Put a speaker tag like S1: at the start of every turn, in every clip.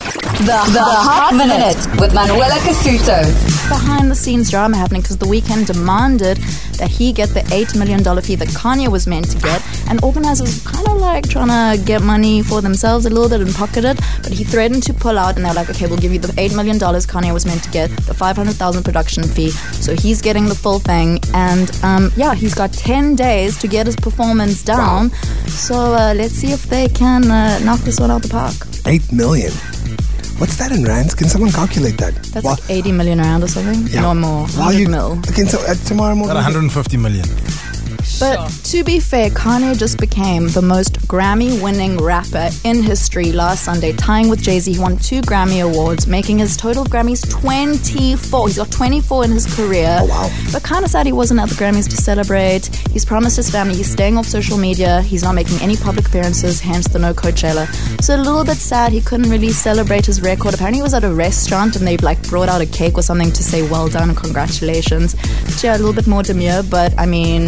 S1: The, the, Hot Minute with Manuela Casuto.
S2: behind the scenes drama happening because The Weeknd demanded that he get the $8 million fee that Kanye was meant to get. And organizers were kind of like trying to get money for themselves a little bit and pocket it. But he threatened to pull out and they're like, okay, we'll give you the $8 million Kanye was meant to get, the 500000 production fee. So he's getting the full thing. And um, yeah, he's got 10 days to get his performance down. So uh, let's see if they can uh, knock this one out the park.
S3: Eight million. What's that in rands? Can someone calculate that?
S2: That's like 80 million around or something.
S3: yeah.
S2: No more.
S3: While
S2: 100 mil.
S3: Okay, so uh, tomorrow
S4: About
S3: morning.
S4: 150 million.
S2: But to be fair, Kanye just became the most Grammy winning rapper in history last Sunday, tying with Jay Z. He won two Grammy Awards, making his total Grammys 24. He's got 24 in his career.
S3: Oh, wow.
S2: But kind of sad he wasn't at the Grammys to celebrate. He's promised his family he's staying off social media. He's not making any public appearances, hence the no Coachella. So a little bit sad he couldn't really celebrate his record. Apparently he was at a restaurant and they like brought out a cake or something to say well done and congratulations. But yeah, a little bit more demure, but I mean,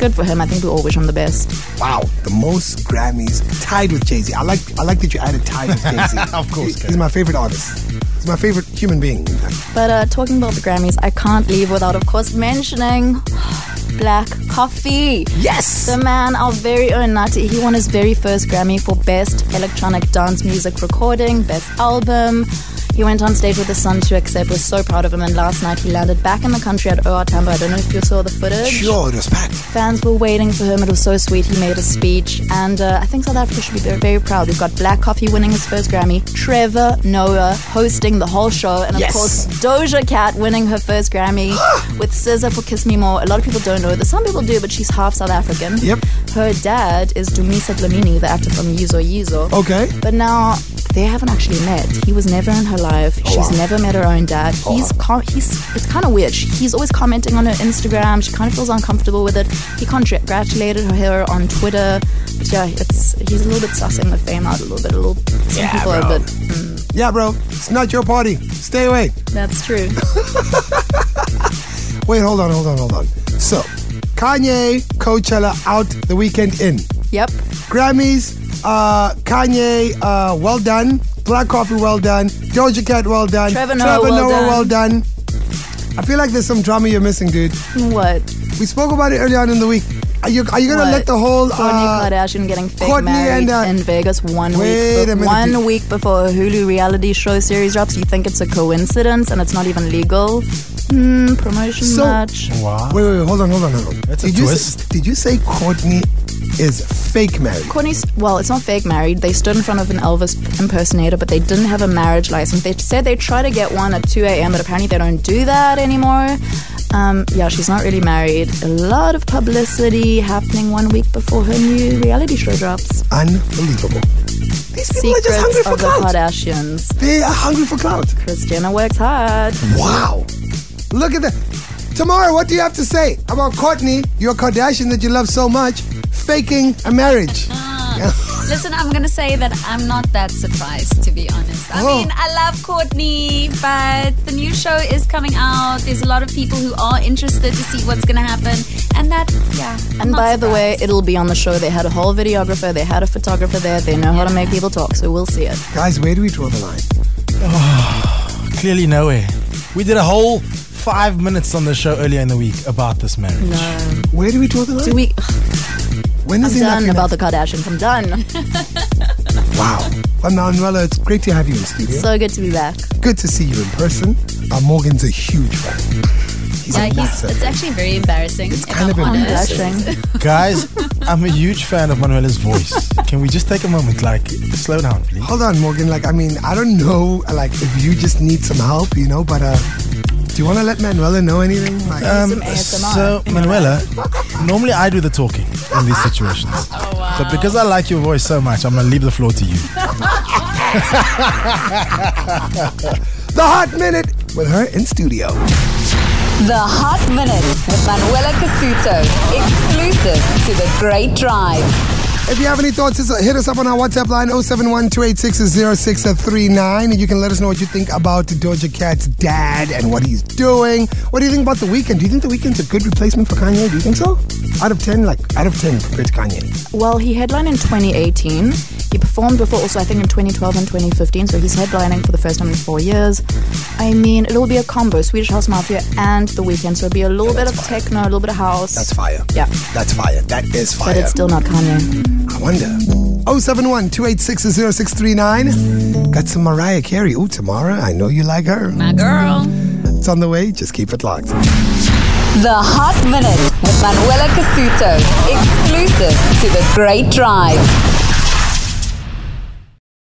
S2: good for him. I think we all wish him the best.
S3: Wow, the most Grammys tied with Jay Z. I like I like that you added tied with Jay Z.
S4: Of course,
S3: he's my favorite artist. He's my favorite human being. in fact.
S2: But uh, talking about the Grammys, I can't leave without, of course, mentioning Black Coffee.
S3: Yes.
S2: The man, our very own Nutty, he won his very first Grammy for Best Electronic Dance Music Recording, Best Album. He went on stage with his son to accept. We're so proud of him. And last night he landed back in the country at OR Tambo. I don't know if you saw the footage.
S3: Sure, it was packed.
S2: Fans were waiting for him. It was so sweet. He made a
S3: Mm-hmm.
S2: speech. And uh, I think South Africa should be very, very proud. We've got Black Coffee winning his first Grammy, Trevor Noah hosting the whole show, and of
S3: Yes.
S2: course, Doja Cat winning her first Grammy with SZA for Kiss Me More. A lot of people don't know this. Some people do, but she's half South African.
S3: Yep.
S2: Her dad is Dumisa Dlamini, the actor from Yizo Yizo.
S3: Okay.
S2: But now they haven't actually met. He was never in her life. She's
S3: Oh, wow. Oh,
S2: never met her own dad. he's com- he's it's kind of weird. She, he's always commenting on her Instagram. She kind of feels uncomfortable with it. He congratulated her on Twitter. But yeah, it's he's a little bit sussing the fame out a little bit. A little some
S3: Yeah,
S2: people are
S3: bro.
S2: a bit.
S3: Yeah, bro. It's not your party. Stay away.
S2: That's true.
S3: Wait, hold on, hold on, hold on. So, Kanye, Coachella out, the weekend in.
S2: yep.
S3: Grammys, uh, Kanye, uh, well done. Black Coffee, well done. Doja Cat, well done.
S2: Trevor Noah, well done.
S3: well done. I feel like there's some drama you're missing, dude.
S2: What?
S3: We spoke about it earlier on in the week. Are you, are you gonna
S2: What?
S3: let the whole
S2: Kourtney
S3: uh,
S2: Kardashian getting fake
S3: Kourtney
S2: married
S3: and, uh,
S2: in Vegas one
S3: wait
S2: week
S3: a minute,
S2: one
S3: dude.
S2: week before a Hulu reality show series drops. You think it's a coincidence and it's not even legal? Hmm, promotion
S3: So-
S2: much.
S4: Wow.
S3: Wait, wait, wait, hold on, hold on, hold on.
S4: That's a
S3: did you
S4: twist.
S3: Say, did you say Courtney is fake married?
S2: Courtney's, well, it's not fake married. They stood in front of an Elvis impersonator, but they didn't have a marriage license. They said they tried to get one at 2 a.m., but apparently they don't do that anymore. Um, yeah, she's not really married. A lot of publicity happening one week before her new reality show drops.
S3: Unbelievable. These people are just
S2: Secrets
S3: hungry for
S2: of the
S3: clout.
S2: Kardashians.
S3: They are hungry for clout.
S2: Kris Jenner works hard.
S3: Mm-hmm. Wow. Look at that. Tomorrow, what do you have to say about Courtney, your Kardashian that you love so much, faking a marriage?
S1: Listen, I'm going to say that I'm not that surprised, to be honest. I
S3: Oh.
S1: mean, I love Courtney, but the new show is coming out. There's a lot of people who are interested to see what's going to happen. And that, yeah. I'm
S2: And
S1: not
S2: by the way,
S1: surprised.
S2: it'll be on the show. They had a whole videographer, they had a photographer there. They know how to make people talk, so we'll see it.
S3: Guys, where do we draw the line?
S4: Clearly nowhere. We did a whole five minutes on the show earlier in the week about this marriage.
S3: Where do we draw the line?
S2: Do we?
S3: when is
S2: I'm
S3: enough
S2: done
S3: enough?
S2: about the Kardashians. I'm done.
S3: Wow. Well, Manuela, it's great to have you in studio.
S2: So good to be back.
S3: Good to see you in person. Uh, Morgan's a huge fan. He's
S1: Yeah,
S3: a
S1: he's,
S3: massive.
S1: it's actually very embarrassing. It's
S3: kind of embarrassing.
S2: Blushing.
S4: Guys, I'm a huge fan of Manuela's voice. Can we just take a moment, like, slow down, please?
S3: Hold on, Morgan. Like, I mean, I don't know, like, if you just need some help, you know, but uh, do you want to let Manuela know anything? Like,
S4: Um,
S2: ASMR.
S4: so, Manuela, normally I do the talking in these situations. But because I like your voice so much, I'm going to leave the floor to you.
S3: the Hot Minute with her in studio.
S1: The Hot Minute with Manuela Casuto. Exclusive to The Great Drive.
S3: If you have any thoughts, just hit us up on our WhatsApp line 071 and you can let us know what you think about Doja Cat's dad and what he's doing. What do you think about The Weeknd? Do you think The Weeknd's a good replacement for Kanye? Do you think so? Out of 10, like, out of 10 compared to Kanye.
S2: Well, he headlined in 2018. He performed before also, I think, in 2012 and 2015. So he's headlining for the first time in four years. I mean, it'll be a combo Swedish House Mafia and The Weeknd. So it'll be a little bit of techno, a little bit of house.
S3: That's fire.
S2: Yeah.
S3: That's fire. That is fire.
S2: But it's still not Kanye.
S3: I wonder. 071 Got some Mariah Carey. Ooh, Tamara, I know you like her.
S1: My girl.
S3: It's on the way. Just keep it locked.
S5: The Hot Minute with Manuela Casuto, exclusive to The Great Drive.